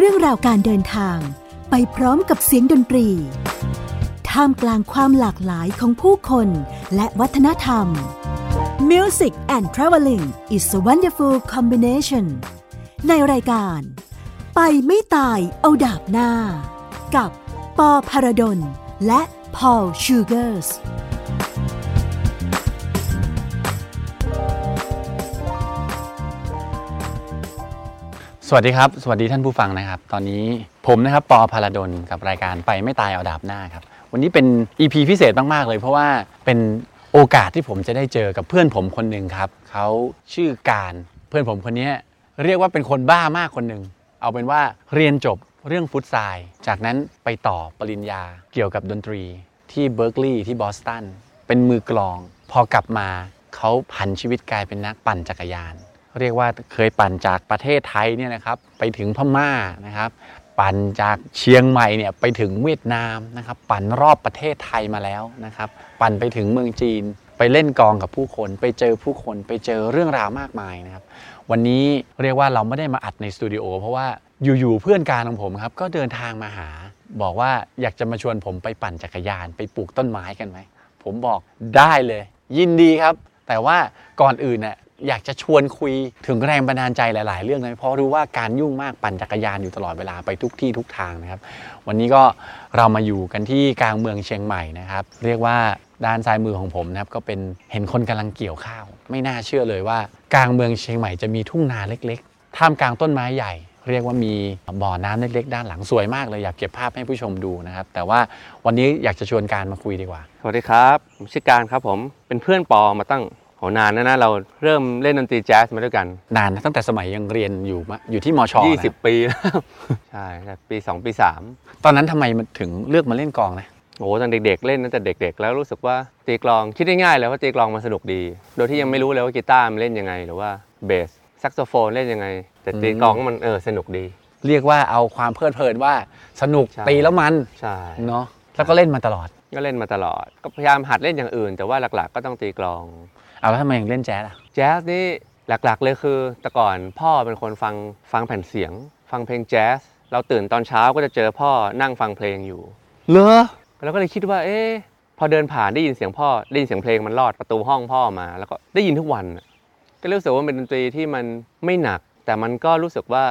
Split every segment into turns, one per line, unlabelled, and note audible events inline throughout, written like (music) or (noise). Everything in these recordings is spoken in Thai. รื่องราวการเดินทาง ไปพร้อมกับเสียงดนตรี ท่ามกลางความหลากหลายของผู้คนและวัฒนธรรม Music and Traveling is a wonderful combination ในรายการ ไปไม่ตายเอาดาบหน้า กับปอพารดลและพอลชูเกอร์ส
สวัสดีครับ สวัสดีท่านผู้ฟังนะครับ ตอนนี้ผมนะครับปอพาราดลกับรายการไปไม่ตายเอาดาบหน้าครับ วันนี้เป็น EP พิเศษมาก ๆ เลย เพราะว่าเป็นโอกาสที่ผมจะได้เจอกับเพื่อนผมคนหนึ่งครับ เขาชื่อการเพื่อนผมคนนี้เรียกว่าเป็นคนบ้ามากคนหนึ่ง เอาเป็นว่าเรียนจบเรื่องฟุตซายจากนั้นไปต่อปริญญาเกี่ยวกับดนตรีที่เบิร์กลีย์ที่บอสตันเป็นมือกลอง พอกลับมาเขาผันชีวิตกลายเป็นนักปั่นจักรยาน เรียกว่าเคยปั่นจากประเทศไทยเนี่ยนะครับไปถึงพม่านะครับ ปั่นจากเชียงใหม่เนี่ยไปถึงเวียดนามนะครับปั่นรอบประเทศไทยมาแล้วนะครับ ปั่นไปถึงเมืองจีน ไปเล่นกองกับผู้คน ไปเจอผู้คน ไปเจอเรื่องราวมากมายนะครับ วันนี้เรียกว่าเราไม่ได้มาอัดในสตูดิโอเพราะว่าอยู่ๆเพื่อนการของผมครับ ก็เดินทางมาหา บอกว่าอยากจะมาชวนผมไปปั่นจักรยานไปปลูกต้นไม้กันไหม ผมบอกได้เลย ยินดีครับ แต่ว่าก่อนอื่นน่ะอยากจะชวนคุยถึงแรงบันดาลใจหลาย ๆ เรื่องเลยเพราะรู้ว่าการยุ่งมากปั่นจักรยานอยู่ตลอดเวลาไปทุกที่ทุกทางนะครับ วันนี้ก็เรามาอยู่กันที่กลางเมืองเชียงใหม่นะครับ เรียกว่าด้านซ้ายมือของผมนะครับก็เป็นเห็นคนกำลังเกี่ยวข้าว ไม่น่าเชื่อเลยว่า กลางเมืองเชียงใหม่จะมีทุ่งนาเล็ก ๆ ท่ามกลางต้นไม้ใหญ่ เรียกว่ามีบ่อน้ำเล็ก ๆ ด้านหลังสวยมากเลยอยากเก็บภาพให้ผู้ชมดูนะครับ แต่ว่าวันนี้อยากจะชวนการมาคุยดีกว่า
สวัสดีครับ ผมชื่อการครับผมเป็นเพื่อนปอมาตั้งโหนานแล้วนะเราเริ่มเล่นดนตรีแจ๊สมาด้วยกัน
นานนะตั้งแต่สมัยยังเรียนอยู่มะอยู่ที่มชนะครับ
20 ปีแล้ว (laughs) ใช่ครับปี 2 ปี 3
ตอนนั้นทำไมมันถึงเลือกมาเล่นกลองนะ
โอ้โหตอนเด็กๆ เล่นตั้งแต่เด็ก ๆ แล้วรู้สึกว่าตีกลองคิดได้ง่ายเลยว่าตีกลองมันสนุกดี โดยที่ยังไม่รู้เลยว่ากีตาร์มันเล่นยังไง หรือว่าเบสแซกโซโฟนเล่นยังไง แต่ตีกลองมันเออสนุกดี
เรียกว่าเอาความเพลิดเพลินว่าสนุก
ใช่
ตีแล้วมัน
ใช่
เนาะแล้วก็เล่นมาตลอด
ก็เล่นมาตลอด ก็พยายามหัดเล่นอย่างอื่น แต่ว่าหลักๆ ก็ต้องตีกลอง
เอาแล้วทำไมยังเล่นแจ๊สอ่ะ
แจ๊สนี่หลักๆ เลยคือแต่ก่อนพ่อเป็นคนฟังฟังแผ่นเสียง ฟังเพลงแจ๊สเราตื่นตอนเช้าก็จะเจอพ่อนั่งฟังเพลงอยู่
เหรอ
เราก็เลยคิดว่า เอ๊ะพอเดินผ่านได้ยินเสียงพ่อได้ยินเสียงเพลงมันลอดประตูห้องพ่อมาแล้วก็ได้ยินทุกวันน่ะก็รู้สึกว่ามันเป็นดนตรีที่มันไม่หนัก แต่มันก็รู้สึกว่า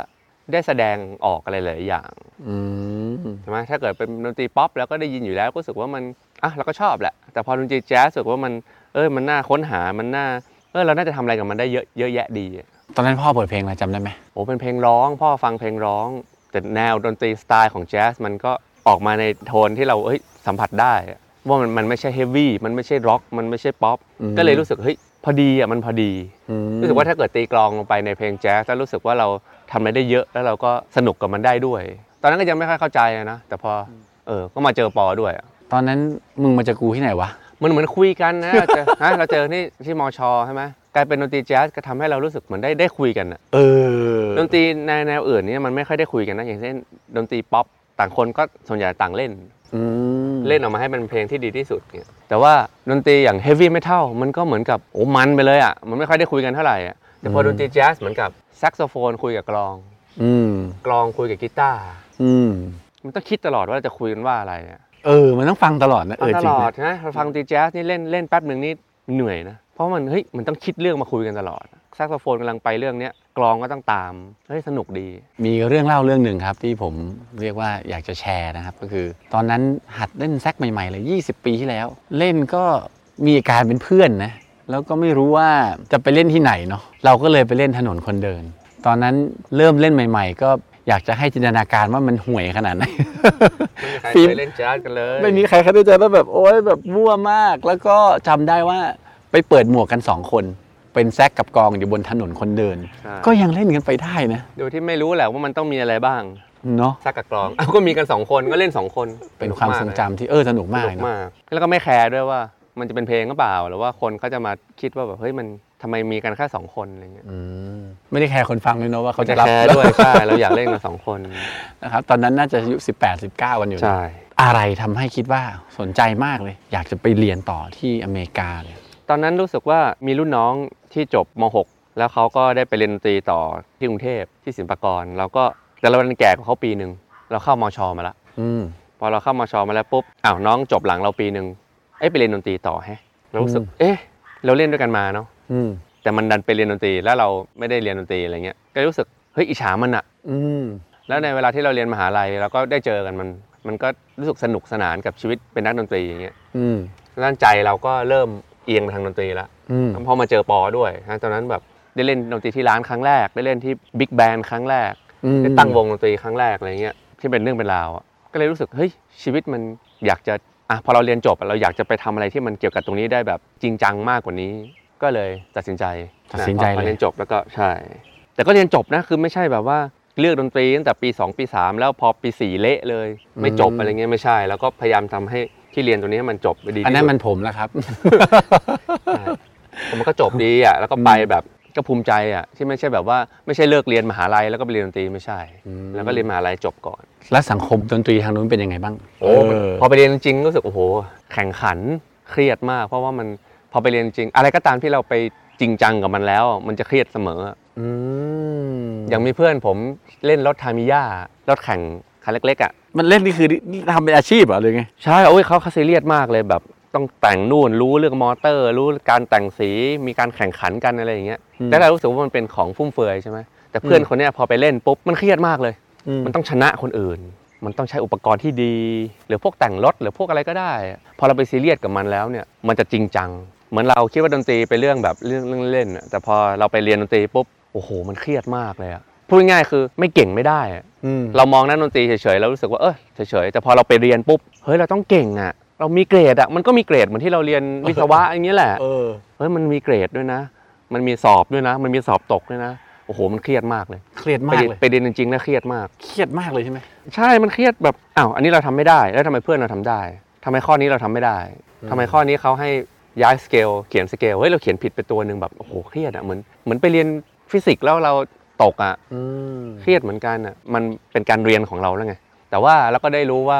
ได้แสดงออกอะไรหลายอย่าง
อืม
ใช่ไหมถ้าเกิดเป็นดนตรีป๊อปแล้วก็ได้ยินอยู่แล้วก็รู้สึกว่ามันอ่ะเราก็ชอบแหละ แต่พอดนตรีแจ๊สรู้สึกว่ามันเออมันน่าค้นหามันน่าเออเราน่าจะทำอะไรกับมันได้เยอะเยอะแยะดีอะ
ตอนนั้นพ่อเปิดเพลงอะไรจำได้ไหม
โอ้เป็นเพลงร้องพ่อฟังเพลงร้อง แต่แนวดนตรีสไตล์ของแจ๊สมันก็ออกมาในโทนที่เราเอ้ยสัมผัสได้อะว่ามันมันไม่ใช่เฮฟวี่มันไม่ใช่ร็อกมันไม่ใช่ป๊อปก็เลยรู้สึกเฮ้ยพอดีอ่ะมันพอดี
อืม
รู้สึกว่าถ้าเกิดตีกลองลงไปในเพลงแจ๊สแล้วรู้สึกว่าเราทำอะไรได้เยอะแล้วเราก็สนุกกับมันได้ด้วย ตอนนั้นก็ยังไม่ค่อยเข้าใจอะนะแต่พอเออก็มาเจอปอด้วยอะ
ตอนนั้นมึงมาจากกูที่ไหนวะ
มันเหมือนคุยกันนะเราเจอ (laughs) ฮะเราเจอที่ที่มชใช่ไหมกลายเป็นดนตรีแจ๊สก็ทำให้เรารู้สึกเหมือนได้ได้คุยกันอะ
เออ
ดนตรีในแนวอื่นเนี่ยมันไม่ค่อยได้คุยกันนะอย่างเช่นดนตรีป๊อปต่างคนก็ส่วนใหญ่ต่างเล่น
อืม
เล่นออกมาให้เป็นเพลงที่ดีที่สุดเนี่ยแต่ว่าดนตรีอย่างเฮฟวี่เมทัลมันก็เหมือนกับโอ้มันไปเลยอ่ะมันไม่ค่อยได้คุยกันเท่าไหร่อ่ะแต่พอดนตรีแจ๊สเหมือนกับแซกโซโฟนคุยกับกลอง
อืม
กลองคุยกับกีตาร์
อืม
มันต้องคิดตลอดว่าเราจะคุยกันว่าอะไรอ่ะ
เออ มันต้องฟังตลอดนะเออ
ต
จริง
ลอด
นะ
นะเราฟังดนตรีแจ๊สนี่เล่นเล่นแป๊บหนึ่งนี่เหนื่อยนะเพราะมันเฮ้ยมันต้องคิดเรื่องมาคุยกันตลอดแซกโซโฟนกำลังไปเรื่องเนี้ยกลองก็ต้องตามเฮ้ยสนุกดี
มีเรื่องเล่าเรื่องหนึ่งครับ ที่ผมเรียกว่าอยากจะแชร์นะครับ ก็คือ ตอนนั้นหัดเล่นแซกใหม่ๆเลย20 ปีที่แล้ว เล่นก็มีอาการเป็นเพื่อนนะ แล้วก็ไม่รู้ว่าจะไปเล่นที่ไหนเนาะเราก็เลยไปเล่นถนนคนเดิน ตอนนั้นเริ่มเล่นใหม่ ๆ ก็อยากจะให้จินตนาการว่ามันห่วยขนาดไหน
ไม่มีใครเคยเล่นแจ๊สกันเลย
(laughs) ไม่มีใครเคยได้เจอแล้วแบบโอ๊ยแบบมั่วมาก แล้วก็จำได้ว่าไปเปิดหมวกกันสองคน เป็นแซกกับกองอยู่บนถนนคนเดิน
ใช่
ก็ยังเล่นกันไปได้นะ
โดยที่ไม่รู้แหละว่ามันต้องมีอะไรบ้าง
เนาะ
ซักกับกลอง (laughs) ก็มีกันสองคนก็เล่นสองคน
เป็นความทรงจำที่เออสนุก
ส
มาก
นุ
เลย
ก
เนอะ
มาก แล้วก็ไม่แคร์ด้วยว่า มันจะเป็นเพลงก็เปล่า หรือว่าคนเขาจะมาคิดว่าแบบเฮ้ยมันทำไมมีกันแค่สองคนอะไรเงี้ย
อืมไม่ได้แคร์คนฟังเลยเนาะว่าเขาจะรับ
แคร์
(laughs)
ด้วย ใช่เราอยากเล่นกันสองคน
นะครับตอนนั้นน่าจะอายุ18 19กันอยู่นะ
ใช่
อะไรทำให้คิดว่าสนใจมากเลย อยากจะไปเรียนต่อที่อเมริกาเลย
ตอนนั้นรู้สึกว่ามีรุ่นน้องที่จบม .6 แล้วเขาก็ได้ไปเรียนดนตรีต่อที่กรุงเทพที่ศิลปากรเราก็ แต่เราเป็นแก่กว่าเขาปีหนึ่งเราเข้ามอชอมาละ
อืม
พอเราเข้ามอชอมาแล้วปุ๊บอ้าวน้องจบหลังเราปีหนึ่งเอ้ยไปเรียนดนตรีต่อแฮะเรารู้สึก
อืม
เอ๊ะเราเล่นด้วยกันมาเนาะ
อืม
แต่มันดันไปเรียนดนตรีแล้วเราไม่ได้เรียนดนตรีอะไรเงี้ยก็รู้สึกเฮ้ยอิจฉามันอะ
อืม
แล้วในเวลาที่เราเรียนมหาลัยเราก็ได้เจอกันมัน มันก็รู้สึกสนุกสนานกับชีวิตเป็นนักดนตรีอย่างเงี้ย
อืม
ด้านใจเราก็เริ่มเอียงไปทางดนตรีแล้ว
อืม
พอมาเจอปอด้วยนะตอนนั้นแบบได้เล่นดนตรีที่ร้านครั้งแรก ได้เล่นที่บิ๊กแบนด์ครั้งแรก
อืม
ได้ตั้งวงดนตรีครั้งแรกอะไรเงี้ยที่เป็นเรื่องเป็นราวอะก็เลยรู้สึกเฮ้ยชีวิตมันอยากจะอ่ะพอเราเรียนจบอะเราอยากจะไปทำอะไรที่มันเกี่ยวกับตรงนี้ได้แบบจริงจังมากกว่านี้ ก็เลยตัดสินใจ
ตัดสินใจ
ะพอ
เลย
เรียนจบแล้วก็ใช่ แต่ก็เรียนจบนะคือไม่ใช่แบบว่าเลือกดนตรีตั้งแต่ปี 2 ปี 3 แล้วพอปี 4 เละเลย ไม่จบ
อืม
อะไรเงี้ยไม่ใช่แล้วก็พยายามทำให้ที่เรียนตัวนี้ให้มันจบไปดี
อันนั้นมัน
ที่สุด
ผมแล้วครับ
ใช่มันก็จบดีอ่ะแล้วก็ไปแบบก็ภูมิใจอ่ะที่ไม่ใช่แบบว่าไม่ใช่เลิกเรียนมหาลัยแล้วก็ไปเรียนดนตรีไม่ใช่
อืม
แล้วก็เรียนมหาลัยจบก่อน
แล้วสังคมดนตรีทางนู้นเป็นยังไงบ้าง
โอ้
เ
พอไปเรียนจริงๆรู้สึกโอ้โหแข่งขันเครียดมาก เพราะว่ามันพอไปเรียนจริง อะไรก็ตามที่เราไปจริงจังกับมันแล้ว มันจะเครียดเสมอ
อืม
อย่างมีเพื่อนผมเล่นรถทามิยารถแข่งคันเล็กๆอ่ะ
มันเล่นนี่คือทำเป็นอาชีพเหรอหรือไง
ใช่โอ้ยเขาเขาซีเรียสมากเลยแบบ ต้องแต่งนู่นรู้เรื่องมอเตอร์ รู้การแต่งสีมีการแข่งขันกันอะไรอย่างเงี้ย
อืม
แต่เรารู้สึกว่ามันเป็นของฟุ่มเฟือยใช่ไหมแต่เพื่อน
อืม
คนเนี้ยพอไปเล่นปุ๊บมันเครียดมากเลย
มั
มัน น
ต้อง
ต้องชนะคนอื่น มันต้องใช้อุปกรณ์ที่ดี หรือพวกแต่งรถหรือพวกอะไรก็ได้ พอเราไปซีเรียสกับมันแล้วเนี่ยมันจะจริงจัง เหมือนเราคิดว่าดนตรีเป็นเรื่องแบบเรื่องเรื่องเล่นอะแต่พอเราไปเรียนดนตรีปุ๊บโอ้โห มันเครียดมากเลยอะพูดง่ายๆคือไม่เก่งไม่ได้อะ เรามองนักดนตรีเฉยๆเรารู้สึกว่าเออเฉยๆแต่พอเราไปเรียนปุ๊บเฮ้ยเราต้องเก่งอ่ะ เรามีเกรดอ่ะมันก็มีเกรดเหมือนที่เราเรียนวิศวะ (laughs) อย่างเงี้ยแหละ
เออ
เฮ้ยมันมีเกรดด้วยนะ มันมีสอบด้วยนะ มันมีสอบตกด้วยนะโอ้โหมันเครียดมากเลย
เครียด
ไป
มาก
เรียน
เลย
ไปเรียนจริงๆแล้วเครียดมาก
เครียดมากเลยใช่ไหม
ใช่มันเครียดแบบอ้าวอันนี้เราทำไม่ได้แล้วทำไมเพื่อนเราทำได้ทำไมข้อนี้เราทำไม่ได้
อืม
ทำไมข้อนี้เขาให้ย้ายสเกลเขียนสเกลเฮ้ยเราเขียนผิดไปตัวหนึ่งแบบโอ้โหเครียดอ่ะเหมือนเหมือนไปเรียนฟิสิกส์แล้วเราตกอ่ะ เครียดเหมือนกันอ่ะ มันเป็นการเรียนของเราแล้วไง แต่ว่าเราก็ได้รู้ว่า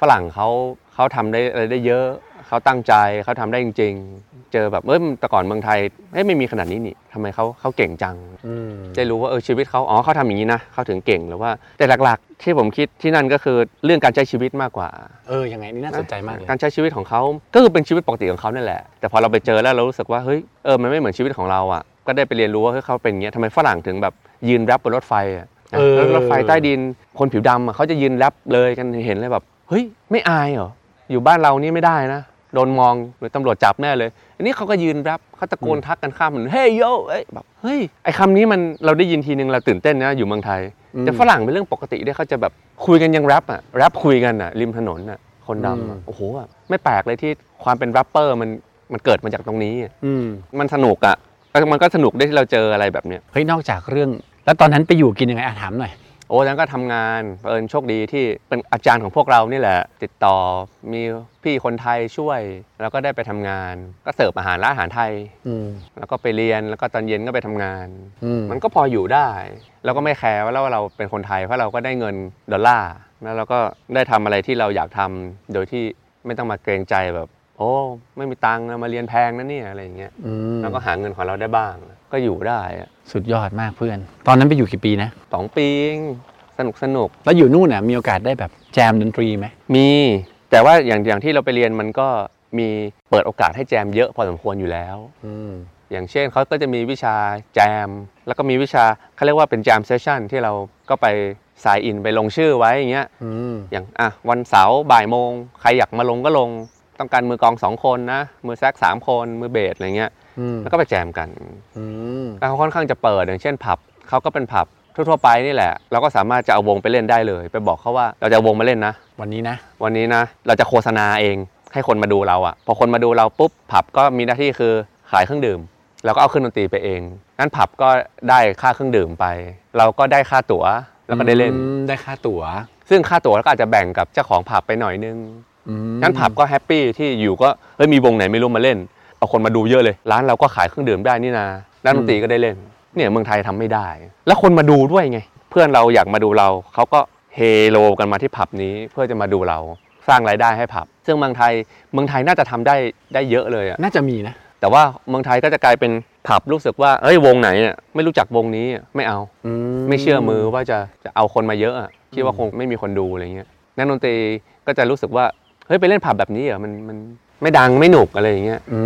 ฝรั่งเขาเขาทำได้อะไรได้เยอะ เขาตั้งใจเขาทำได้จริง ๆ เจอแบบเอ้ยแต่ก่อนเมืองไทยเอ้ยไม่มีขนาดนี้นี่ทำไมเขาเขาเก่งจัง
อืม
ได้รู้ว่าเออชีวิตเขาอ๋อเขาทำอย่างนี้นะเขาถึงเก่งหรือว่า แต่หลักๆ ที่ผมคิดที่นั่นก็คือเรื่องการใช้ชีวิตมากกว่า
เออยังไงนี่น่าสนใจมากเลย
การใช้ชีวิตของเขาก็คือเป็นชีวิตปกติของเขานั่นแหละ แต่พอเราไปเจอแล้วเรารู้สึกว่าเฮ้ยเออมันไม่เหมือนชีวิตของเราอ่ะก็ได้ไปเรียนรู้ว่าเฮ้ยเขาเป็นอย่างเงี้ยทำไมฝรั่งถึงแบบยืนแรปบนรถไฟอ่ะ
เออ
แล้วรถไฟใต้ดินคนผิวดำอะเขาจะยืนแรปเลยกันเห็นเลยแบบเฮ้ยไม่อายเหรออยู่บ้านเรานี่ไม่ได้นะโดนมองหรือตำรวจจับแน่เลย อันนี้เขาก็ยืนแรปเขาตะโกนทักกันข้ามเหมือนเฮ้ยโยเอ้ยแบบเฮ้ยไอคำนี้มันเราได้ยินทีนึงเราตื่นเต้นนะอยู่เมืองไทย แต่ฝรั่งเป็นเรื่องปกติด้วยเขาจะแบบคุยกันยังแรปอะแรปคุยกันอะริมถนนอะคนดำ
อื
อะ
ม
โอ้โหอะไม่แปลกเลยที่ความเป็นแรปเปอร์มันมันเกิดมาจากตรงนี้อะ
อืม
มันสนุกอะแล้วมันก็สนุกได้วยที่เราเจออะไรแบบเนี้ย
เฮ้ยนอกจากเรื่อง แล้วตอนนั้นไปอยู่กินยังไงอ่ะถามหน่อย
โอ้แล้วก็ทำงานเผอิญโชคดีที่เป็นอาจารย์ของพวกเรานี่แหละ ติดต่อมีพี่คนไทยช่วย แล้วก็ได้ไปทำงาน ก็เสิร์ฟอาหารร้านอาหารไทย
อืม
แล้วก็ไปเรียนแล้วก็ตอนเย็นก็ไปทำงาน
อืม
มันก็พออยู่ได้เราก็ไม่แคร์ว่าเราเป็นคนไทยเพราะเราก็ได้เงินดอลลาร์แล้วเราก็ได้ทำอะไรที่เราอยากทำโดยที่ไม่ต้องมาเกรงใจแบบ โอ้ไม่มีตังค์นะมาเรียนแพงนะเนี่ยอะไรอย่างเงี้ย
อืม
เราก็หาเงินของเราได้บ้าง ก็อยู่ได้อะ
สุดยอดมากเพื่อน ตอนนั้นไปอยู่กี่ปีนะ
สองปีเองสนุกสนุก
แล้วอยู่นู่นน่ะมีโอกาสได้แบบแจมดนตรีไหม
มี แต่ว่าอย่างอย่างที่เราไปเรียนมันก็มีเปิดโอกาสให้แจมเยอะพอสมควรอยู่แล้ว
อืม
อย่างเช่นเขาก็จะมีวิชาแจม แล้วก็มีวิชาเขาเรียกว่าเป็นแจมเซสชั่นที่เราก็ไปสายอินไปลงชื่อไว้อย่างเงี้ย
อืม
อย่างอ่ะวันเสาร์บ่ายโมง ใครอยากมาลงก็ลง ต้องการมือกลองสองคนนะ มือแซกสามคนมือเบสอะไรเงี้ย
อืม
แล้วก็ไปแจมกัน
อืม
แล้วเขาค่อนข้างจะเปิดอย่างเช่นผับเขาก็เป็นผับทั่วๆไปนี่แหละ เราก็สามารถจะเอาวงไปเล่นได้เลย ไปบอกเขาว่าเราจะเอาวงมาเล่นนะ
วันนี้นะ
วันนี้นะเราจะโฆษณาเองให้คนมาดูเราอะพอคนมาดูเราปุ๊บผับก็มีหน้าที่คือขายเครื่องดื่มเราก็เอาเครื่องดนตรีไปเองงั้นผับก็ได้ค่าเครื่องดื่มไป เราก็ได้ค่าตั๋วแล้วก็ได้เล่น
อืมได้ค่าตั๋ว
ซึ่งค่าตั๋วเราก็อาจจะแบ่งกับเจ้าของผับไปหน่อยนึง
อืม
งั้นผับก็แฮปปี้ที่อยู่ก็เฮ้ยมีวงไหนไม่รู้มาเล่น เอาคนมาดูเยอะเลย ร้านเราก็ขายเครื่องดื่มได้นี่นานักดนตรีก็ได้เล่น เนี่ยเมืองไทยทำไม่ได้ แล้วคนมาดูด้วยไง เพื่อนเราอยากมาดูเราเขาก็เฮโลกันมาที่ผับนี้เพื่อจะมาดูเราสร้างรายได้ให้ผับ ซึ่งเมืองไทยเมืองไทยน่าจะทำได้ได้เยอะเลยอะ
น่าจะมีนะ
แต่ว่าเมืองไทยก็จะกลายเป็น ผับรู้สึกว่าเอ้ยวงไหนเนี่ยไม่รู้จักวงนี้อะไม่เอา ไม่เชื่อมือว่าจะจะเอาคนมาเยอะอะคิดว่าคงไม่มีคนดูอะไรเงี้ยนักดนตรีก็จะรู้สึกว่าเฮ้ยไปเล่นผับแบบนี้เหรอมันมันไม่ดังไม่หนุกอะไรอย่างเงี้ย
อื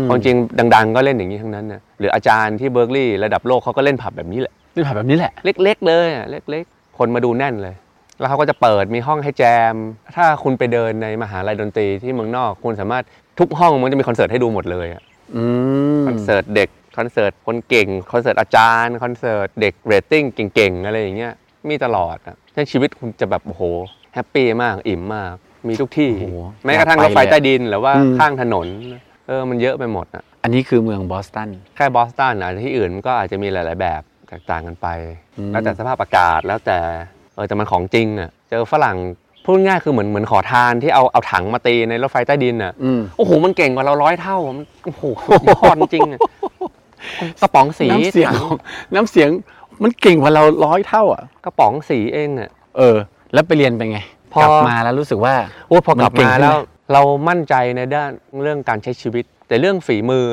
ม
ความจริงดัง ๆ ก็เล่นอย่างนี้ทั้งนั้นนะหรืออาจารย์ที่เบิร์กลีย์ระดับโลกเขาก็เล่นผับแบบนี้แหละ
นี่ผ่านแบบนี้แหละ
เล็ก ๆ เลยอะเล็กๆ คนมาดูแน่นเลย แล้วเขาก็จะเปิดมีห้องให้แจม ถ้าคุณไปเดินในมหาลัยดนตรีที่เมืองนอก คุณสามารถทุกห้องมันจะมีคอนเสิร์ตให้ดูหมดเลยอะ
อืม
คอนเสิร์ตเด็กคอนเสิร์ตคนเก่งคอนเสิร์ตอาจารย์คอนเสิร์ตเด็กเรตติ้งเก่งๆอะไรอย่างเงี้ยมีตลอดอ่ะฉะนั้นชีวิตคุณจะแบบโอ้โหแฮปปี้มากอิ่มมาก มีทุกที่
โอ้โห
แม้กระทั่ง
อ
ร
ยา
ถ
ก
ไฟ
ไป
ใต้
เลย
ดินหรือว่า
อืม
ข้างถนนเออมันเยอะไปหมดอ่ะ
อันนี้คือเมืองบอสตัน
แค่บอสตันอ่ะที่อื่นมันก็อาจจะมีหลาย ๆ แบบแตกต่างกันไป
อืม
แล้วแต่สภาพอากาศแล้วแต่เออแต่มันของจริงอ่ะเจอฝรั่งพูดง่ายคือเหมือนเหมือนขอทานที่เอาเอาถังมาตีในรถไฟใต้ดินอ่ะ
อืม
โอ้โห มันเก่งกว่าเราร้อยเท่าอะมันโอ้โหสุดยอดจริงๆอะกระป๋องสี
น้ำเสียง น้ำเสียงมันเก่งกว่าเราร้อยเท่าอ่ะ
กระป๋องสีเองอ่ะ
เออ แล้วไปเรียนเป็นไง
พอ
กลับมาแล้วรู้สึกว่า
โอ้พอกลับ
มันเก่ง
มา
ขึ้น
แล้ว
ไหม
เรามั่นใจในด้านเรื่องการใช้ชีวิต แต่เรื่องฝีมือ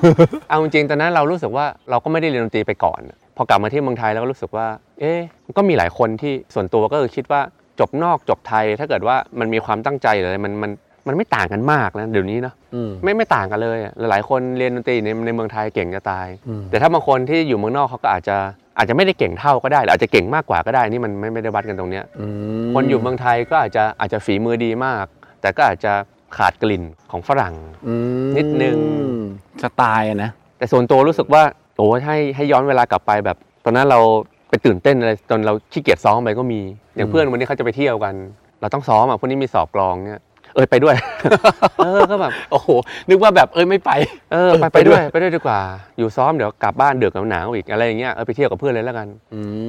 (laughs) เอาจริงๆตอนนั้นเรารู้สึกว่าเราก็ไม่ได้เรียนดนตรีไปก่อน พอกลับมาที่เมืองไทยเราก็รู้สึกว่า เอ๊ะก็มีหลายคนที่ส่วนตัวก็คือคิดว่าจบนอกจบไทย ถ้าเกิดว่ามันมีความตั้งใจหรืออะไรมันมันมันไม่ต่างกันมากนะเดี๋ยวนี้เนอะ
อืม
ไม่ไม่ต่างกันเลยอะหลายๆคนเรียนดนตรีในในเมืองไทยเก่งจะตาย
อืม
แต่ถ้าบางคนที่อยู่เมืองนอกเขาก็อาจจะอาจจะไม่ได้เก่งเท่าก็ได้หรืออาจจะเก่งมากกว่าก็ได้นี่มันไม่ไม่ได้วัดกันตรงเนี้ย
อืม
คนอยู่เมืองไทยก็อาจจะอาจจะฝีมือดีมาก แต่ก็อาจจะขาดกลิ่นของฝรั่ง
อืม
นิดนึง
สไตล์อะนะ
แต่ส่วนตัวรู้สึกว่าโอ้ให้ให้ย้อนเวลากลับไปแบบ ตอนนั้นเราไปตื่นเต้นอะไรตอนเราขี้เกียจซ้อมไปก็มีอย่าง
อืม
เพื่อนวันนี้เขาจะไปเที่ยวกัน เราต้องซ้อมอ่ะพวกนี้มีสอบกลองเนี่ยเอยไปด้วย (laughs) เออก็แบบ
โอ้โห นึกว่าแบบเอ้ยไม่ไป
เออ
เออ
ไป
ไป
ไป
ด้
ด้
ว
วย ยไปด้วยดีกว่า อยู่ซ้อมเดี๋ยวกลับบ้านเดือดกับหนาวอีกอะไรอย่างเงี้ยเออไปเที่ยวกับเพื่อนเลยแล้วกัน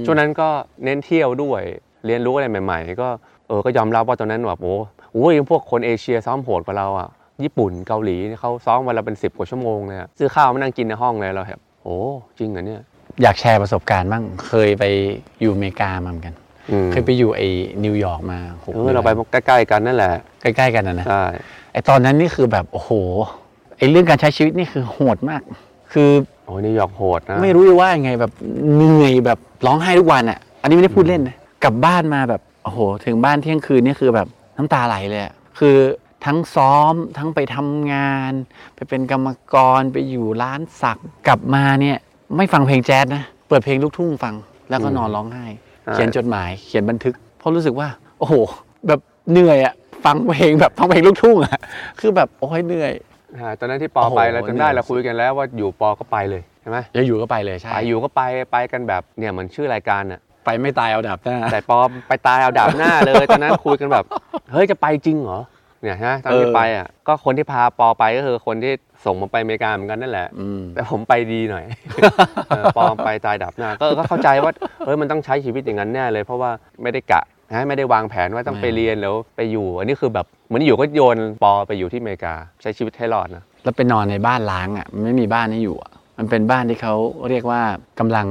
ช่วงนั้นก็เน้นเที่ยวด้วย เรียนรู้อะไรใหม่ๆ ก็เออก็ยอมรับว่าตอนนั้นแบบโอ้โหพวกคนเอเชียซ้อมโหดกว่าเราอ่ะญี่ปุ่นเกาหลีเนี่ยเขาซ้อมวันละเป็น 10 กว่าชั่วโมงเลยอะซื้อข้าวมานั่งกินในห้องเลยเราแบบโอ้จริงเหรอเนี่ย
อยากแชร์ประสบการณ์บ้าง เคยไปอยู่อเมริกามาเหมือนกัน
อืม
เคยไปอยู่ไอ้นิวยอร์กมาหก
เออเราไป
ดืน
ใกล้ๆกันนั่นแหละ
ใกล้ ๆ กันนะนะ
ใช่
ไอตอนนั้นนี่คือแบบโอ้โห ไอเรื่องการใช้ชีวิตนี่คือโหดมาก คือ
โอ้ยนิวยอร์กโหดนะ
ไม่รู้จะว่ายังไงแบบเหนื่อยแบบร้องไห้ทุกวันอ่ะ อันนี้ไม่ได้พูดเล่นนะกลับบ้านมาแบบโอ้โห ถึงบ้านเที่ยงคืนนี่คือแบบน้ำตาไหลเลยอะคือทั้งซ้อมทั้งไปทำงาน ไปเป็นกรรมกรไปอยู่ร้านสัก กลับมาเนี่ยไม่ฟังเพลงแจ๊สนะ เปิดเพลงลูกทุ่งฟังแล้วก็นอนร้องไห้
ใช่
เขียนจดหมายเขียนบันทึก เพราะรู้สึกว่า โอ้โห แบบเหนื่อยอะฟังเพลงแบบฟังเพลงลูกทุ่งอะคือแบบโอ้ยเหนื่อย
ใช่ตอนนั้นที่ปอ
โอ้โห
ไปเราจำได้
เนี่ย
เราคุยกันแล้วว่าอยู่ปอก็ไปเลยใช่ไหม
จะอยู่ก็ไปเลยใช่
ไปอยู่ก็ไปไปกันแบบเนี่ยเหมือนชื่อรายการอ่ะ
ไปไม่ตายเอาดับหน้า
แต่ปอไปตายเอาดาบหน้าเลย ตอนนั้นคุยกันแบบ เฮ้ยจะไปจริงเหรอเนี่ยฮะตอนที่
เออ
ไปอ่ะก็คนที่พาปอไปก็คือคนที่ส่งผมไปอเมริกาเหมือนกันนั่นแหละ
อืม
แต่ผมไปดีหน่อย (laughs) เออปอมไปตายดับหน้าก็ก็เข้าใจว่าเฮ้ยมันต้องใช้ชีวิตอย่างนั้นแน่เลย เพราะว่าไม่ได้กะนะไม่ได้วางแผนว่าต้อง
ไม่
ไปเรียนแล้วไปอยู่ อันนี้คือแบบเหมือนอยู่ก็โยนปอไปอยู่ที่อเมริกาใช้ชีวิตให้รอดนะ
แล้วไปนอนในบ้านล้างอะไม่มีบ้านให้อยู่อะมันเป็นบ้านที่เขาเรียกว่ากำลัง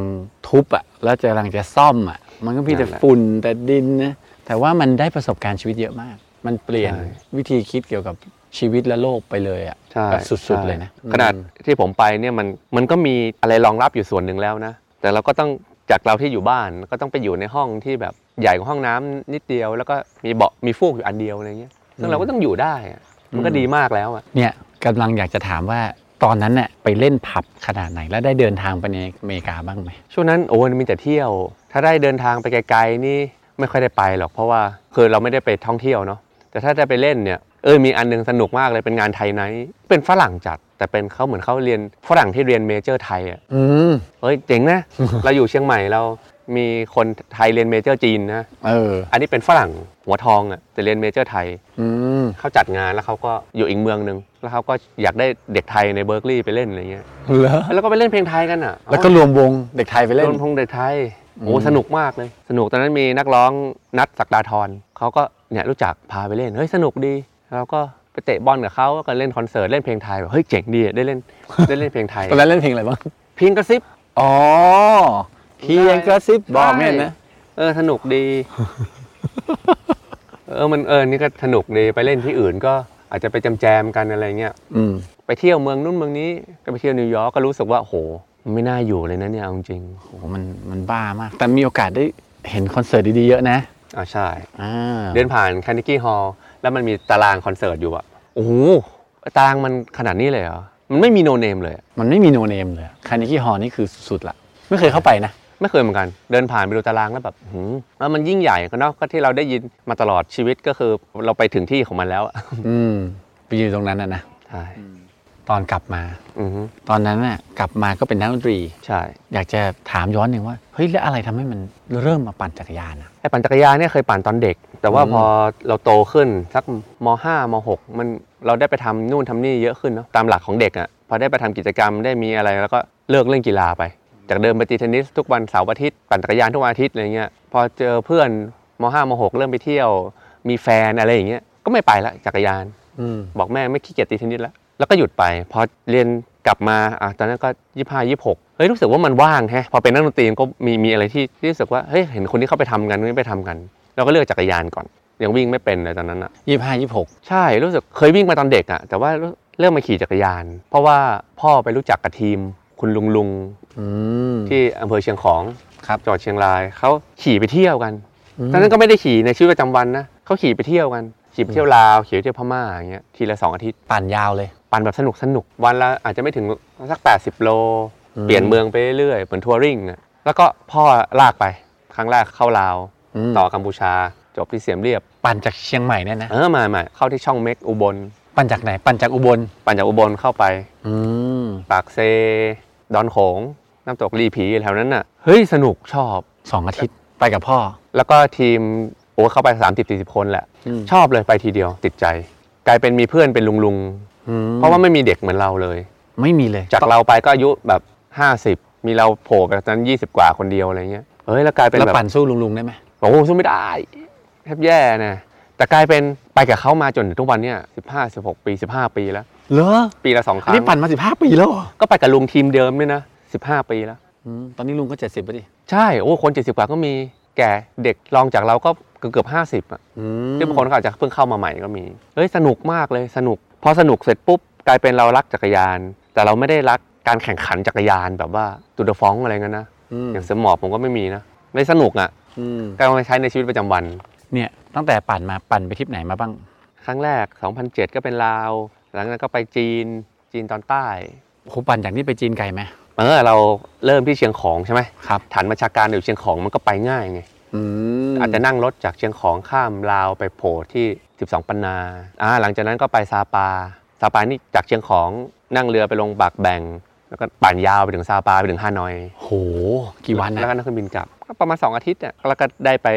ทุบอะแล้วจะกำลังจะซ่อมอะมันก็มีแต่
นั่นแหละ
ฝุ่นแต่ดินนะแต่ว่ามันได้ประสบการณ์ชีวิตเยอะมาก มันเปลี่ยน
ใช่
วิธีคิดเกี่ยวกับชีวิตและโลกไปเลยอะ
ใช่
แบบสุด
ใช่
ๆเลยนะ
ขนาดที่ผมไปเนี่ยมันมันก็มีอะไรรองรับอยู่ส่วนหนึ่งแล้วนะ แต่เราก็ต้องจากเราที่อยู่บ้านก็ต้องไปอยู่ในห้องที่แบบใหญ่กว่าห้องน้ำนิดเดียว แล้วก็มีเบาะมีฟูกอยู่อันเดียวอะไรเงี้ยซึ่งเราก็ต้องอยู่ได้อะมันก็ดีมากแล้วอ่ะ
เนี่ยกำลังอยากจะถามว่าตอนนั้นเนี่ยไปเล่นผับขนาดไหนแล้วได้เดินทางไปในอเมริกาบ้างไหม
ช่วงนั้นโอ้ยมีแต่เที่ยว ถ้าได้เดินทางไปไกลๆนี่ไม่ค่อยได้ไปหรอกเพราะว่าคือเราไม่ได้ไปท่องเที่ยวเนาะแต่ถ้าจะไปเล่นเนี่ยเออมีอันหนึงสนุกมากเลยเป็นงานไทยไนท์เป็นฝรั่งจัด แต่เป็นเขาเหมือนเขาเรียนฝรั่งที่เรียนเมเจอร์ไทยอ่ะ
อืม
เฮ้ยเจ๋ง
(laughs)
นะ เราอยู่เชียงใหม่เรามีคนไทยเรียนเมเจอร์จีนนะ
เออ
อันนี้เป็นฝรั่งหัวทองอ่ะแต่เรียนเมเจอร์ไทย
อืม
เขาจัดงานแล้วเขาก็อยู่อีกเมืองหนึ่งแล้วเขาก็อยากได้เด็กไทยในเบอร์กลีย์ไปเล่นอะไรเงี้ย
เหรอ
แล้วก็ไปเล่นเพลงไทยกันอ่ะ
แล้วก็รวมวงเด็กไทยไป
เล่
เล่น
นพงเด็กไทย
อืม
โอ้สนุกมากเลย สนุกตอนนั้นมีนักร้องนัทศักดาธรเขาก็เนี่ยรู้จักพาไปเล่นเฮ้ยสนุกดีเราก็ไปเตะบอลกับเขาก็เล่นคอนเสิร์ตเล่นเพลงไทยแบบเฮ้ยเจ๋งดีอะได้เล่นได้เล่นเพลงไทย
ตอนนั้นเล่นเพลงอะไรบ้าง
เพลงกระซิบ
อ๋อเคียงกระซิบบอกแม่นนะ
เออสนุก
(laughs)
ดี เออมันเออนี่ก็สนุกดีไปเล่นที่อื่นก็ อาจจะไปแจมๆกันอะไรเงี้ย
อืม
ไปเที่ยวเมืองนู่นเมืองนี้ก็ไปเที่ยวนิวยอร์กก็รู้สึกว่าโหมันไม่น่าอยู่เลยนะเนี่ยเอาจริง
โหมันมันบ้ามาก แต่มีโอกาสได้เห็นคอนเสิร์ตดีๆเยอะนะ
ๆอ่าใช่
อ่า
เดินผ่านค a น n กี้ฮอลแล้วมันมีตารางคอนเสิร์ตอยู่อะโอ้โหตารางมันขนาดนี้เลยเหรอ มันไม่มีโนเนมเลยอะ
มันไม่มีโนเนมเลยคานิคิฮอลนี่คือสุดๆละไม่เคยเข้าไป (laughs) นะ
ไม่เคยเหมือนกัน เดินผ่านไปดูตารางแล้วแบบหืมแล้วมันยิ่งใหญ่ก็เนาะก็ที่เราได้ยินมาตลอดชีวิตก็คือเราไปถึงที่ของมันแล้วอะ
อืมไปอยู่ตรงนั้นนะนะ
ใช่
ตอนกลับมา
อือฮึ
ตอนนั้นน่ะกลับมาก็เป็นนักดนตรี
ใช่
อยากจะถามย้อนหนึ่งว่าเฮ้ยแล้วอะไรทำให้มันเริ่มมาปั่นจักรยานอะ
ไอ้ปั่นจักรยานเนี่ยเคยปั่นตอนเด็ก แต่ว่า
อืม
พอเราโตขึ้นสักมห้ามหกมันเราได้ไปทำนู่นทำนี่เยอะขึ้นเนาะตามหลักของเด็กอะพอได้ไปทำกิจกรรมได้มีอะไรแล้วก็เลิกเล่นกีฬาไป จากเดิมไปตีเทนนิสทุกวันเสาร์อาทิตย์ปั่นจักรยานทุกวันอาทิตย์อะไรเงี้ยพอเจอเพื่อนมห้ามหกเริ่มไปเที่ยว มีแฟนอะไรอย่างเงี้ยก็ไม่ไปละจักรยาน
อืม
บอกแม่ไม่ขี้เกียจตีเทนนิสแล้ว แล้วก็หยุดไป พอเรียนกลับมาอ่ะตอนนั้นก็ยี่ห้ายี่หกเฮ้ยรู้สึกว่ามันว่างแฮะพอเป็นนักดนตรีมันก็มีมีอะไรที่ที่รู้สึกว่าเฮ้ยเห็นคนที่เข้าไปทำกันไม่ไปทำกันเราก็เลือกจักรยานก่อนยังวิ่งไม่เป็นเลยตอนนั้นอ่ะ
ยี่ห้ายี่หก
ใช่รู้สึกเคยวิ่งมาตอนเด็กอ่ะแต่ว่าเริ่มมาขี่จักรยาน เพราะว่าพ่อไปรู้จักกับทีม คุณลุงลุง
อืม
ที่อำเภอเชียงของ
ครับ
จังหวัดเชียงรายเขาขี่ไปเที่ยวกัน ตอนนั้นก็ไม่ได้ขี่ในชีวิตประจำวันนะเขาขี่ไปเที่ยวกันขี่ไปเที่ยวลาวขี่ไปเที่ยวพม่าอย่างเงี้ยทีละสองอาทิตย์
ปั่นยาวเลย
ปั่นแบบสนุกสนุกวันละอาจจะไม่ถึงสัก 80 โล
ม
เปลี่ยนเมืองไปเรื่อยๆ เหมือนทัวริงอะแล้วก็พ่อลากไปครั้งแรกเข้าลาว
ม
ต่อกัมพูชา จบที่เสียมเรียบ
ปั่นจากเชียงใหม่เนี่ยนะ
เออมามาเข้าที่ช่องเม็กอุบล
ปั่นจากไหนปั่นจากอุบล
ปั่นจากอุบลเข้าไป
อืม
ปากเซ ดอนโขง น้ำตกลีผีแถวนั้นน่ะเฮ้ยสนุกชอบ
สองอาทิตย์ไปกับพ่อ
แล้วก็ทีมโอ้เข้าไป 30-40 คนแหละ
อืม
ชอบเลยไปทีเดียวติดใจ กลายเป็นมีเพื่อนเป็นลุง
อืม
ๆ เพราะว่าไม่มีเด็กเหมือนเราเลย
ไม่มีเลย
จากเราไปก็อายุแบบ 50 มีเราโผล่ไปตอนนั้น 20 กว่าคนเดียวอะไรเงี้ย เฮ้ย แล้วกลายเป็น
แล้ว
แบบ
ปั่นสู้ลุงๆได้ไหม
โอ้โหสู้ไม่ได้ แทบแย่นะ แต่กลายเป็นไปกับเขามาจนถึงทุกวันเนี่ย15 16 ปี 15 ปีแล้ว
เหรอ
ปีละสองค
อัน
รั้ง
นี้ปั่นมาสิบห้าปีแล้วเหรอ
ก็ไปกับลุงทีมเดิมด้วยนะ 15 ปีแล้ว
อืมตอนนี้ลุงก็เจ็ดสิบแล้วดิ
ใช่ โอ้ คน 70 กว่าก็มี แก่เด็กรองจากเราก็เกือบๆ50อ่ะ ซึ่งบางคนก็อาจจะเพิ่งเข้ามาใหม่ก็มี เฮ้ยสนุกมากเลยสนุก พอสนุกเสร็จปุ๊บกลายเป็นเรารักจักรยาน แต่เราไม่ได้รักการแข่งขันจักรยานแบบว่าตูดฟองอะไรเงี้ยนะ
อืม
อย่างเสือหมอบผมก็ไม่มีนะ ไม่สนุกอ่ะ
อืม
การเอาไปใช้ในชีวิตประจำวัน
เนี่ยตั้งแต่ปั่นมาปั่นไปทริปไหนมาบ้าง
ครั้งแรก 2007 ก็เป็นลาว หลังจากนั้นก็ไปจีนจีนตอนใต้
โหปั่นจากนี่ไปจีนไกลไหม
เออเราเริ่มที่เชียงของใช่ไหม
ครับ
ฐานประชาการอยู่เชียงของมันก็ไปง่ายไง อาจจะนั่งรถจากเชียงของข้ามลาวไปโผล่ที่ 12 ปันนาอ่าหลังจากนั้นก็ไปซาปา ซาปานี่จากเชียงของนั่งเรือไปลงบากแบง แล้วก็ปั่นยาวไปถึงซาปาไปถึงฮานอย
โหกี่วัน
แล้วก็
นะ
นั่งเครื่องบินกลับก็ประมาณ 2 อาทิตย์อะแล้วก็ได้ไป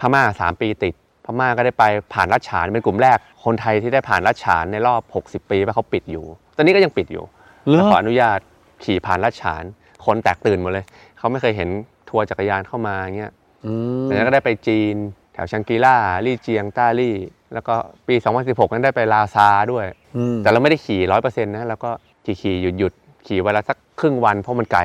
พม่า 3 ปีติด พม่าก็ได้ไปผ่านรัชฉานเป็นกลุ่มแรก คนไทยที่ได้ผ่านรัชฉานในรอบ 60 ปีว่าเขาปิดอยู่ ตอนนี้ก็ยังปิดอยู่
เหรอ
ขออนุญาตขี่ผ่านรัชฉาน คนแตกตื่นหมดเลย เขาไม่เคยเห็นทัวร์จักรยานเข้ามาอย่างเงี้ย
อืม
จากนั้นก็ได้ไปจีน แถวชังกรีล่าลี่เจียงต้าลี่ แล้วก็ปี 2016 นั้นได้ไปลาซาด้วย
อืม
แต่เราไม่ได้ขี่ร้อยเปอร์เซ็นต์นะเราก็ขี่ขี่หยุดหยุดๆขี่วันละสักครึ่งวันเพราะมันไกล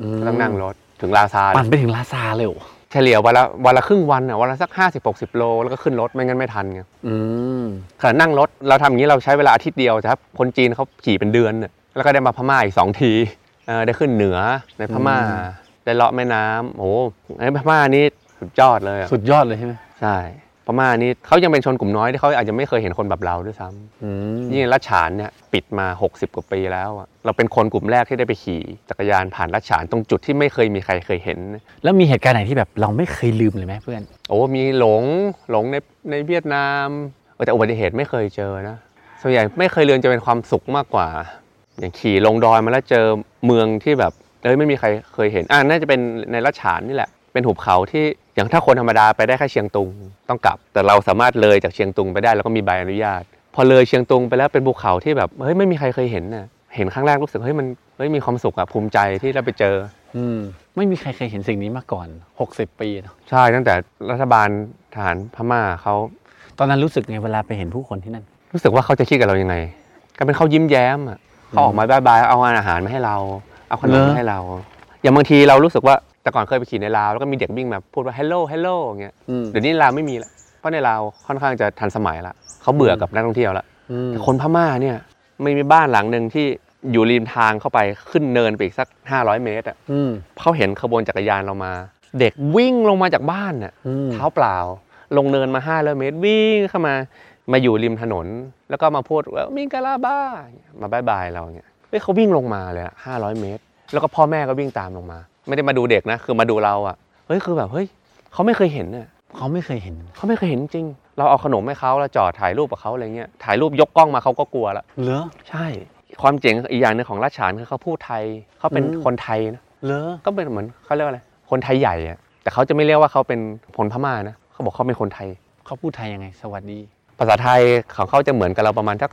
อืม
ก็ต้องนั่งรถถึงลาซา
ปั่นไปถึงลาซาเลยเหรอ
เฉลี่ยวันละวันละครึ่งวันอ่ะวันละสัก 50-60 โล แล้วก็ขึ้นรถไม่งั้นไม่ทันไง
อืม
ขณะนั่งรถเราทำอย่างนี้เราใช้เวลาอาทิตย์เดียวครับคนจีนเขาขี่เป็นเดือนน่ะแล้วก็ได้มาพม่าอีกสองทีเออได้ขึ้นเหนือในพม่า ได้เลาะแม่น้ำโอ้โหไอ้พม่านี่สุดยอดเลยอะ
สุดยอดเลยใช่ไหม
ใช่พม่านี่เขายังเป็นชนกลุ่มน้อยที่เขาอาจจะไม่เคยเห็นคนแบบเราด้วยซ้
อืม
ำยิ่งรัชฉานเนี่ยปิดมา 60 กว่าปีแล้วอะเราเป็นคนกลุ่มแรกที่ได้ไปขี่จักรยานผ่านรัชฉานตรงจุดที่ไม่เคยมีใครเคยเห็น
แล้วมีเหตุการณ์ไหนที่แบบเราไม่เคยลืมเลยไหมเพื่อน
โอ้มีหลงหลงในในเวียดนามเออแต่อุบัติเหตุไม่เคยเจอนะส่วนใหญ่ไม่เคยเรือนจะเป็นความสุขมากกว่า อย่างขี่ลงดอยมาแล้วเจอเมืองที่แบบเอ้ยไม่มีใครเคยเห็นอ่าน่าจะเป็นในรัชฉานนี่แหละ เป็นหุบเขาที่อย่างถ้าคนธรรมดาไปได้แค่เชียงตุงต้องกลับ แต่เราสามารถเลยจากเชียงตุงไปได้แล้วก็มีใบอนุญาต พอเลยเชียงตุงไปแล้วเป็นภูเขาที่แบบเฮ้ยไม่มีใครเคยเห็นน่ะเห็นครั้งแรกรู้สึกเฮ้ยมันเฮ้ยมีความสุขอะภูมิใจที่เราไปเจอ
อืมไม่มีใครเคยเห็นสิ่งนี้มาก่อน 60 ปีเนอะ
ใช่ตั้งแต่รัฐบาลทหารพม่าเขา
ตอนนั้นรู้สึกไงเวลาไปเห็นผู้คนที่นั่น
รู้สึกว่าเขาจะคิดกับเรายังไงก็เป็นเขายิ้มแย้มอะเขาออกมาบายบายเอาอาหารมาให้เรา เอาขน
เหร
ม
อ
มาให้เรา อย่างบางทีเรารู้สึกว่าแต่ก่อนเคยไปขี่ในลาวแล้วก็มีเด็กวิ่งมาพูดว่า hello hello อย่างเงี้ย
อืม
เดี๋ยวนี้ลาวไม่มีละเพราะในลาวค่อนข้างจะทันสมัยละเขาเบื่อกับนักท่องเที่ยวละ
อืม
แต่คนพม่าเนี่ยไม่มีบ้านหลังหนึ่งที่อยู่ริมทางเข้าไปขึ้นเนินไปอีกสัก 500 เมตรอ่ะ
อืม
เขาเห็นขบวนจักรยานเรามา เด็กวิ่งลงมาจากบ้านน่ะ
อืม
เท้าเปล่า ลงเนินมาห้าร้อยเมตรวิ่งเข้ามามาอยู่ริมถนน แล้วก็มาพูดว่ามิงกะลาบ้ามาบายบายเราเนี่ยเฮ้ยเขาวิ่งลงมาเลยห้าร้อยเมตร แล้วก็พ่อแม่ก็วิ่งตามลงมา ไม่ได้มาดูเด็กนะ คือมาดูเราอะเฮ้ยคือแบบเฮ้ยเขาไม่เคยเห็นน่ะ
เขาไม่เคยเห็น
เขาไม่เคยเห็นจริง เราเอาขนมให้เขาเราจอดถ่ายรูปกับเขาอะไรเงี้ยถ่ายรูปยกกล้องมาเขาก็กลัวละ
เหรอ
ใช่ ความเจ๋งอีกอย่างหนึงของราชฉานคือเขาพูดไทยเขาเป็น
อืม
คนไทยนะ
เหรอ
ก็เป็นเหมือนเขาเรียกว่าอะไร คนไทยใหญ่อะแต่เขาจะไม่เรียกว่าเขาเป็นคนพม่านะ เขาบอกเขาเป็นคนไทย
เขาพูดไทยยังไง สวัสดี
ภาษาไทยของเขาจะเหมือนกับเราประมาณทัก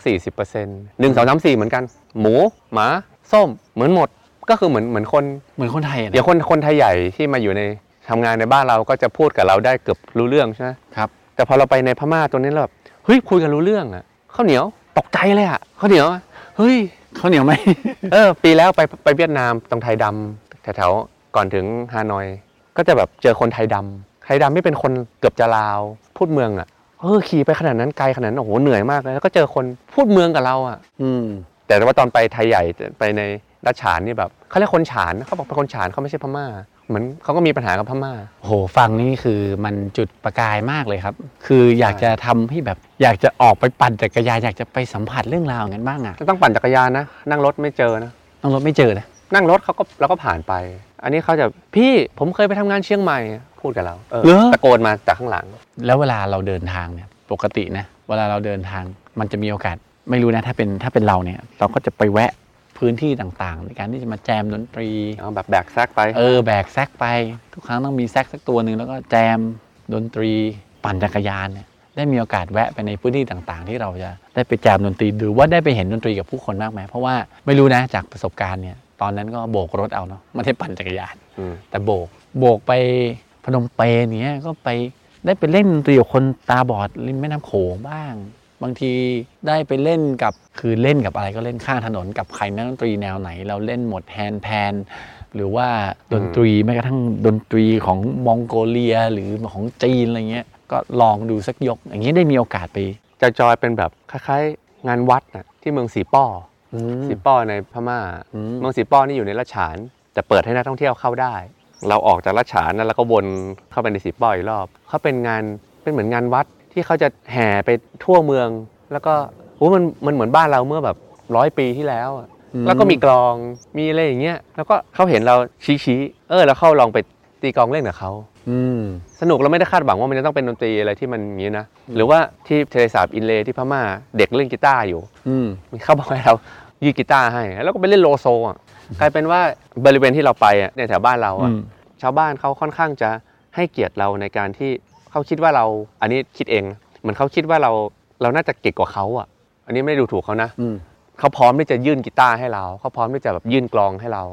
40%หนึ่งสองสามสี่เหมือนกัน หมู หมา ส้ม เหมือนหมด ก็คือเหมือนเหมือนคน
เหมือนคนไทยอะ
อ
นะ
ย่างคนคนไทยใหญ่ที่มาอยู่ในทำงานในบ้านเราก็จะพูดกับเราได้เกือบรู้เรื่องใช่ไหม
ครับ
แต่พอเราไปในพม่าตัวนี้เราแบบเฮ้ยคุยกันรู้เรื่องอะข้าวเหนียวตกใจเลยอะข้าวเหนียวอะเฮ้ย
เขาวเหนียวไหม
เออปีแล้วไปไปเวียดนามตรงไทยดำแถวๆก่อนถึงฮานอย ก็จะแบบเจอคนไทยดำไทยดำไม่เป็นคนเกือบจะลาวพูดเมืองอ่ะเออขี่ไปขนาดนั้นไกลขนาดนั้นโอ้โหเหนื่อยมากเลยแล้วก็เจอคนพูดเมืองกับเราอ่ะ
อืม
แต่ว่าตอนไปไทยใหญ่ไปในรัชฉานนี่แบบเขาเรียกคนฉานเขาบอกเป็นคนฉานเขาไม่ใช่พม่า เหมือนเขาก็มีปัญหากับพม่า
โหฟังนี่คือมันจุดประกายมากเลยครับ คืออยากจะทำให้แบบ อยากจะออกไปปั่นจักรยานอยากจะไปสัมผัสเรื่องราวอย่างนั้นบ้างอะ
ต้องปั่นจักรยานนะ นั่งรถไม่เจอนะ
ต้องรถไม่เจอนะ
นั่งรถเขาก็เราก็ผ่านไป อันนี้เขาจะพี่ผมเคยไปทำงานเชียงใหม่พูดกับเราเออตะโกนมาจากข้างหลัง
แล้วเวลาเราเดินทางเนี่ยปกตินะเวลาเราเดินทางมันจะมีโอกาสไม่รู้นะถ้าเป็นถ้าเป็นเราเนี่ย เราก็จะไปแวะพื้นที่ต่างๆ ในการที่จะมาแจมดนตรี
เอาแบบแบกแซกไป
เออแบกแซกไปทุกครั้งต้องมีแซกสักตัวหนึ่งแล้วก็แจมดนตรีปั่นจักรยานเนี่ยได้มีโอกาสแวะไปในพื้นที่ต่างๆ ที่เราจะได้ไปแจมดนตรีหรือว่าได้ไปเห็นดนตรีกับผู้คนมากไหมเพราะว่าไม่รู้นะจากประสบการณ์เนี่ยตอนนั้นก็โบกรถเอาเนาะไม่ได้ปั่นจักรยาน
อืม
แต่โบกโบกไปพนมเปญเนี้ยก็ไปได้ไปเล่นดนตรีกับคนตาบอดริมแม่น้ำโขงบ้าง บางทีได้ไปเล่นกับคือเล่นกับอะไรก็เล่นข้างถนนกับใครนักดนตรีแนวไหน เราเล่นหมดแฮนด์แพนหรือว่าดนตรีแม้กระทั่งดนตรีของมองโกเลียหรือของจีนอะไรเงี้ยก็ลองดูสักยก อย่างเงี้ยได้มีโอกาสไป
จะจอยเป็นแบบคล้ายๆ งานวัดนะที่เมืองสีป้อ
อืม
สีป้อในพม่า
อืม
เมืองสีป้อนี่อยู่ในละฉาน แต่เปิดให้นักท่องเที่ยวเข้าได้ เราออกจากละฉานนั้นเราก็วนเข้าไปในสีป้ออีกรอบเขาเป็นงานเป็นเหมือนงานวัดที่เขาจะแห่ไปทั่วเมือง แล้วก็โอ้มันมันเหมือนบ้านเราเมื่อแบบร้อยปีที่แล้วอะ แล้วก็มีกลอง มีอะไรอย่างเงี้ย แล้วก็เขาเห็นเราชี้ชี้ๆเออ แล้วเข้าลองไปตีกลองเล่นกับเขา
อืม
สนุกเราไม่ได้คาดหวังว่ามันจะต้องเป็นดนตรีอะไรที่มันอย่างนี้นะ หรือว่าที่เทเลสาบอินเลย์ที่พม่าเด็กเล่นกีตาร์อยู่
อืม
เขาบอกให้เรายืดกีตาร์ให้ แล้วก็ไปเล่นโลโซอ่ะกลายเป็นว่าบริเวณที่เราไปอ่ะในแถวบ้านเรา
อื
อ่ะ
ม
ชาวบ้านเขาค่อนข้างจะให้เกียรติเราในการที่เขาคิดว่าเราอันนี้คิดเองเหมือนเขาคิดว่าเราเราน่าจะเก่งกว่าเขาอ่ะ อันนี้ไม่ได้ดูถูกเขานะ
อืม
เขาพร้อมที่จะยื่นกีตาร์ให้เราเขาพร้อมที่จะแบบยื่นกลองให้เรา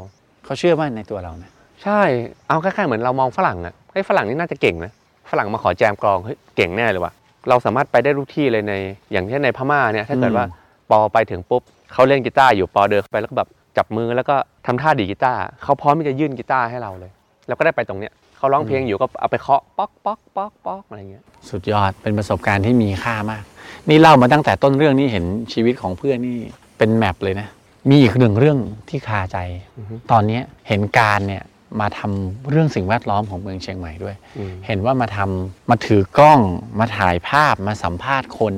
เขาเชื่อมั่นในตัวเรานะ
ใช่ เอาคล้ายๆเหมือนเรามองฝรั่งอะเฮ้ยฝรั่งนี่น่าจะเก่งนะ ฝรั่งมาขอแจมกลอง เฮ้ยเก่งแน่เลยว่ะ เราสามารถไปได้ทุกที่เลยใน อย่างเช่นในพม่าเนี่ย ถ้าเกิดว่า
อืม
ปอไปถึงปุ๊บเขาเล่นกีตาร์อยู่ปอเดินเข้าไปแล้วก็แบบจับมือแล้วก็ทำท่าดีดกีตาร์เขาพร้อมที่จะยื่นกีตาร์ให้เราเลย แล้วก็ได้ไปตรงเนี้ยเขาร้องเพลงอยู่ก็เอาไปเคาะป๊อกป๊อกป๊อกป๊อกอะไรเงี้ย
สุดยอดเป็นประสบการณ์ที่มีค่ามาก นี่เล่ามาตั้งแต่ต้นเรื่องนี่เห็นชีวิตของเพื่อนนี่เป็นแมปเลยนะ มีอีกหนึ่งเรื่องที่คาใจ
อือฮึ
ตอนเนี้ยเห็นการเนี่ยมาทำเรื่องสิ่งแวดล้อมของเมืองเชียงใหม่ด้วย
อืม
เห็นว่ามาทำมาถือกล้องมาถ่ายภาพมาสัมภาษณ์คน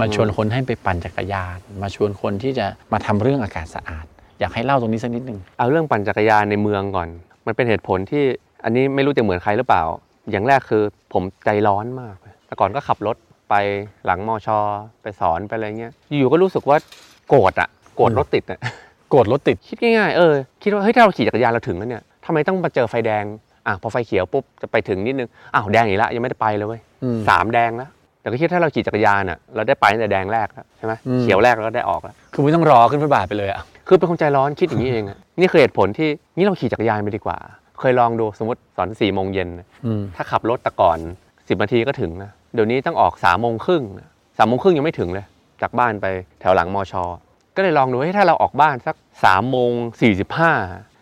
มาชวนคนให้ไปปั่นจักรยาน มาชวนคนที่จะมาทำเรื่องอากาศสะอาด อยากให้เล่าตรงนี้สักนิดหนึ่ง
เอาเรื่องปั่นจักรยานในเมืองก่อน มันเป็นเหตุผลที่อันนี้ไม่รู้จะเหมือนใครหรือเปล่า อย่างแรกคือผมใจร้อนมากเลยแต่ก่อนก็ขับรถไปหลังมอชอไปสอนไปอะไรเงี้ย อยู่ๆก็รู้สึกว่าโกรธอะโกรธรถติดอะ
โกรธรถติด
คิดง่ายๆ เออ คิดว่าเฮ้ยถ้าเราขี่จักรยานเราถึงแล้วเนี่ยทำไมต้องมาเจอไฟแดง อ่ะพอไฟเขียวปุ๊บจะไปถึงนิดนึง อ้าวแดงอีกละยังไม่ได้ไปเลยเว้ย
อืม
สามแดงแล้ว แต่ก็คิดถ้าเราขี่จักรยานอะเราได้ไปตั้งแต่แดงแรกแล้วใช่ไหม
อืม
เขียวแรกเราก็ได้ออกแล้ว
คือไม่ต้องรอขึ้นพระบาทไปเลยอ่ะ
คือเป็นคนใจร้อนคิดอย่างนี้เองอะนี่คือเหตุผลที่นี่เราขี่จักรยานไปดีกว่า เคยลองดูสมมติสอน4ี่โมงเย็น
อืม
ถ้าขับรถแต่ก่อน 10นาทีก็ถึงนะเดี๋ยวนี้ต้องออก3ามโมงครึ่งสามโมงครึ่งยังไม่ถึงเลย จากบ้านไปแถวหลังมอชอก็เลยลองดูเฮ้ยถ้าเราออกบ้านสัก3ามโมงสี่สิบห้า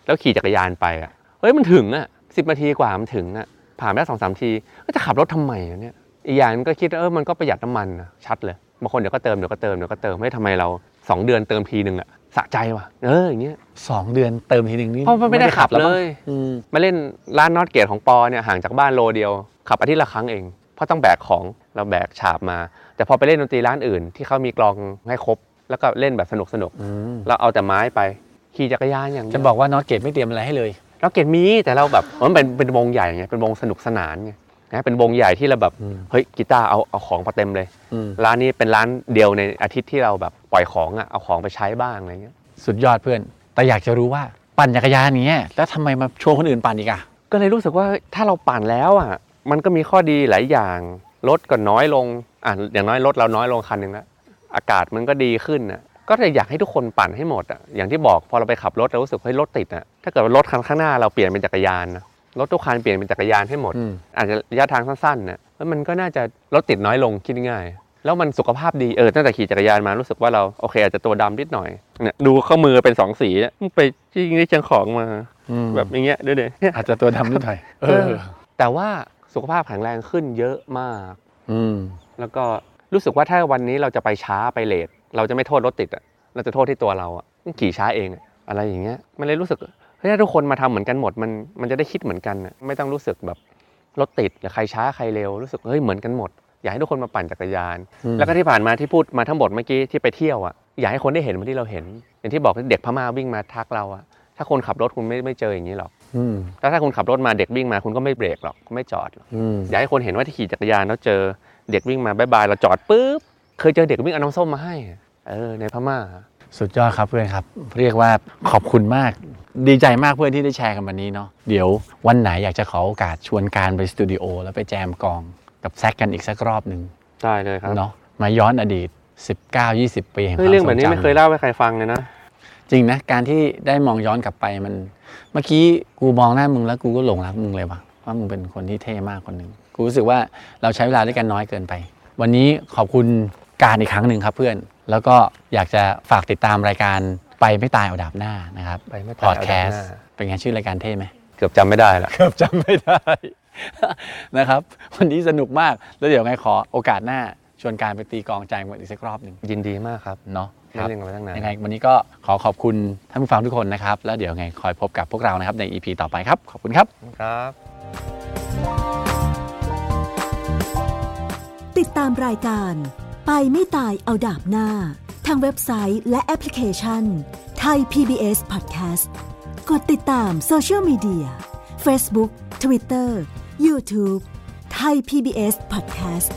แล้วขี่จักรยานไปอะเฮ้ยมันถึงอะสินาทีกว่ามันถึงอะผ่านไปสองสามทีก็จะขับรถทำไมอะเนี่ยอีกอย่างหนึ่งก็คิดว่าเออมันก็ประหยัดน้ำมันนะชัดเลย บางคนเดี๋ยวก็เติมเดี๋ยวก็เติมเดี๋ยวก็เติมไม่ทำไมเราสองเดือนเติมทีหนึ่งอะสะใจว่ะเอออย่างเงี้ย
สองเดือนเติมทีหนึ่งนี่
เพราะมันไม่ได้ขับ
แล้ว
เล
มั้ง
ย
อืม
มาเล่นร้านนอตเกตของปอเนี่ยห่างจากบ้านโลเดียว ขับอาทิตย์ละครั้งเอง เพราะต้องแบกของเราแบกฉาบมา แต่พอไปเล่นดนตรีร้านอื่น ที่เขามีกลองให้ครบ แล้วก็เล่นแบบสนุกสนุก
อืม
ๆเราเอาแต่ไม้ไปขี่จักรยานอย่างเดียว
จะบอกว่านอตเกตไม่เตรียมอะไรให้เลย
เราเกตมีแต่เราแบบเออมันเป็นเป็นวงใหญ่ไงเป็นวงสนุกสนานไงนะเป็นวงใหญ่ที่เราแบบ
อืม
เฮ้ยกีตาร์เอาเอาของมาเต็มเลย
อืม
ร้านนี้เป็นร้านเดียวในอาทิตย์ที่เราแบบปล่อยของอะเอาของไปใช้บ้างอะไรเงี้ย
สุดยอดเพื่อน แต่อยากจะรู้ว่าปั่นจักรยานอย่างเนี้ยแล้วทำไมมาชวนคนอื่นปั่นอีกอะ
ก็เลยรู้สึกว่าถ้าเราปั่นแล้วอ่ะมันก็มีข้อดีหลายอย่างรถก็น้อยลงอ่ะอย่างน้อยรถเราน้อยลงคันหนึ่งละอากาศมันก็ดีขึ้นนะก็เลยอยากให้ทุกคนปั่นให้หมดอ่ะอย่างที่บอกพอเราไปขับรถเรารู้สึกเฮ้ยรถติดอ่ะถ้าเกิดว่ารถคันข้างหน้าเราเปลี่ยนเป็นจักรยานนะรถทุกคันเปลี่ยนเป็นจักรยานให้หมด
อืม
อาจจะระยะทางสั้นๆนะแล้วมันก็น่าจะรถติดน้อยลงคิดง่ายๆแล้วมันสุขภาพดีเออตั้งแต่ขี่จักรยานมารู้สึกว่าเราโอเคอาจจะตัวดำนิดหน่อยเนี่ยดูข้อมือเป็นสองสีอะไปจริงได้เชียงของมา
อืม
แบบอย่างเงี้ยด้วยเด้
อาจจะตัวดำนิดหน่อยเออ
แต่ว่าสุขภาพแข็งแรงขึ้นเยอะมาก
อืม
แล้วก็รู้สึกว่าถ้าวันนี้เราจะไปช้าไปเลทเราจะไม่โทษรถติดอะเราจะโทษที่ตัวเราอะขี่ช้าเองอะอะไรอย่างเงี้ย มันเลยรู้สึกเฮ้ยถ้าทุกคนมาทำเหมือนกันหมดมันมันจะได้คิดเหมือนกันอะไม่ต้องรู้สึกแบบรถติดหรือใครช้าใครเร็วรู้สึกเฮ้ยเหมือนกันหมด อยากให้ทุกคนมาปั่นจักรยาน
อืม
แล้วก็ที่ผ่านมาที่พูดมาทั้งหมดเมื่อกี้ที่ไปเที่ยวอะอยากให้คนได้เห็นเหมือนที่เราเห็น อย่างที่บอกเด็กพม่าวิ่งมาทักเราอะถ้าคนขับรถคุณไม่ไม่เจออย่างนี้หรอก
อืม
แล้วถ้าคุณขับรถมาเด็กวิ่งมาคุณก็ไม่เบรกหรอกไม่จอดหรอก
อืม
อยากให้คนเห็นว่าที่ขี่จักรยานแล้วเจอเด็กวิ่งมาบายบายเราจอดปุ๊บเคยเจอเด็กวิ่งเอาน้ำส้มมาให้อะเออในพม่า
สุดยอดครับเพื่อนครับ เรียกว่าขอบคุณมาก ดีใจมากเพื่อนที่ได้แชร์กันวันนี้เนาะเดี๋ยววันไหนอยากจะขอโอกาสชวนการไปสตูดิโอแล้วไปแจมกองกับแซกกันอีกสักรอบหนึ่ง
ได้เลยครับ
เนาะมาย้อนอดีต 19-20 ปีแห่ง
เฮ้ย
คาม
วเรื่อง
ทร
แบบ
ง
นี้ไม่เคย
จำ
เล่าให้ใครฟังเลยนะ
จริงนะการที่ได้มองย้อนกลับไปมัน เมื่อกี้กูมองหน้ามึงแล้วกูก็หลงรักมึงเลยว่ะว่ามึงเป็นคนที่เท่มากคนหนึ่งกูรู้สึกว่าเราใช้เวลาด้วยกันน้อยเกินไป วันนี้ขอบคุณการอีกครั้งหนึ่งครับเพื่อน แล้วก็อยากจะฝากติดตามรายการไปไม่ตายเอาดาบหน้านะครับ
ไปไม่
พอดแคสต์เป็นไงชื่อรายการเท่ไหม
เกือบจำไม่ได้ละ
(laughs) เกือบจำไม่ได้ (laughs) นะครับ วันนี้สนุกมาก แล้วเดี๋ยวไงขอโอกาสหน้า ชวนการไปตีกลองใจกันอีกสักรอบหนึ่ง
ยินดีมากครับ
เนาะค
ได้
รับ
เรื่องกันมาตั้งนาน
ยังไงวันนี้ก็ขอขอบคุณท่านผู้ฟังทุกคนนะครับ แล้วเดี๋ยวไงคอยพบกับพวกเรานะครับใน EP ต่อไปครับ ขอบคุณครับ
ครับ
ติดตามรายการ ไปไม่ตายเอาดาบหน้า ทางเว็บไซต์และแอปพลิเคชันไทย PBS Podcast กดติดตามโซเชียลมีเดีย Facebook Twitter YouTube ไทย PBS Podcast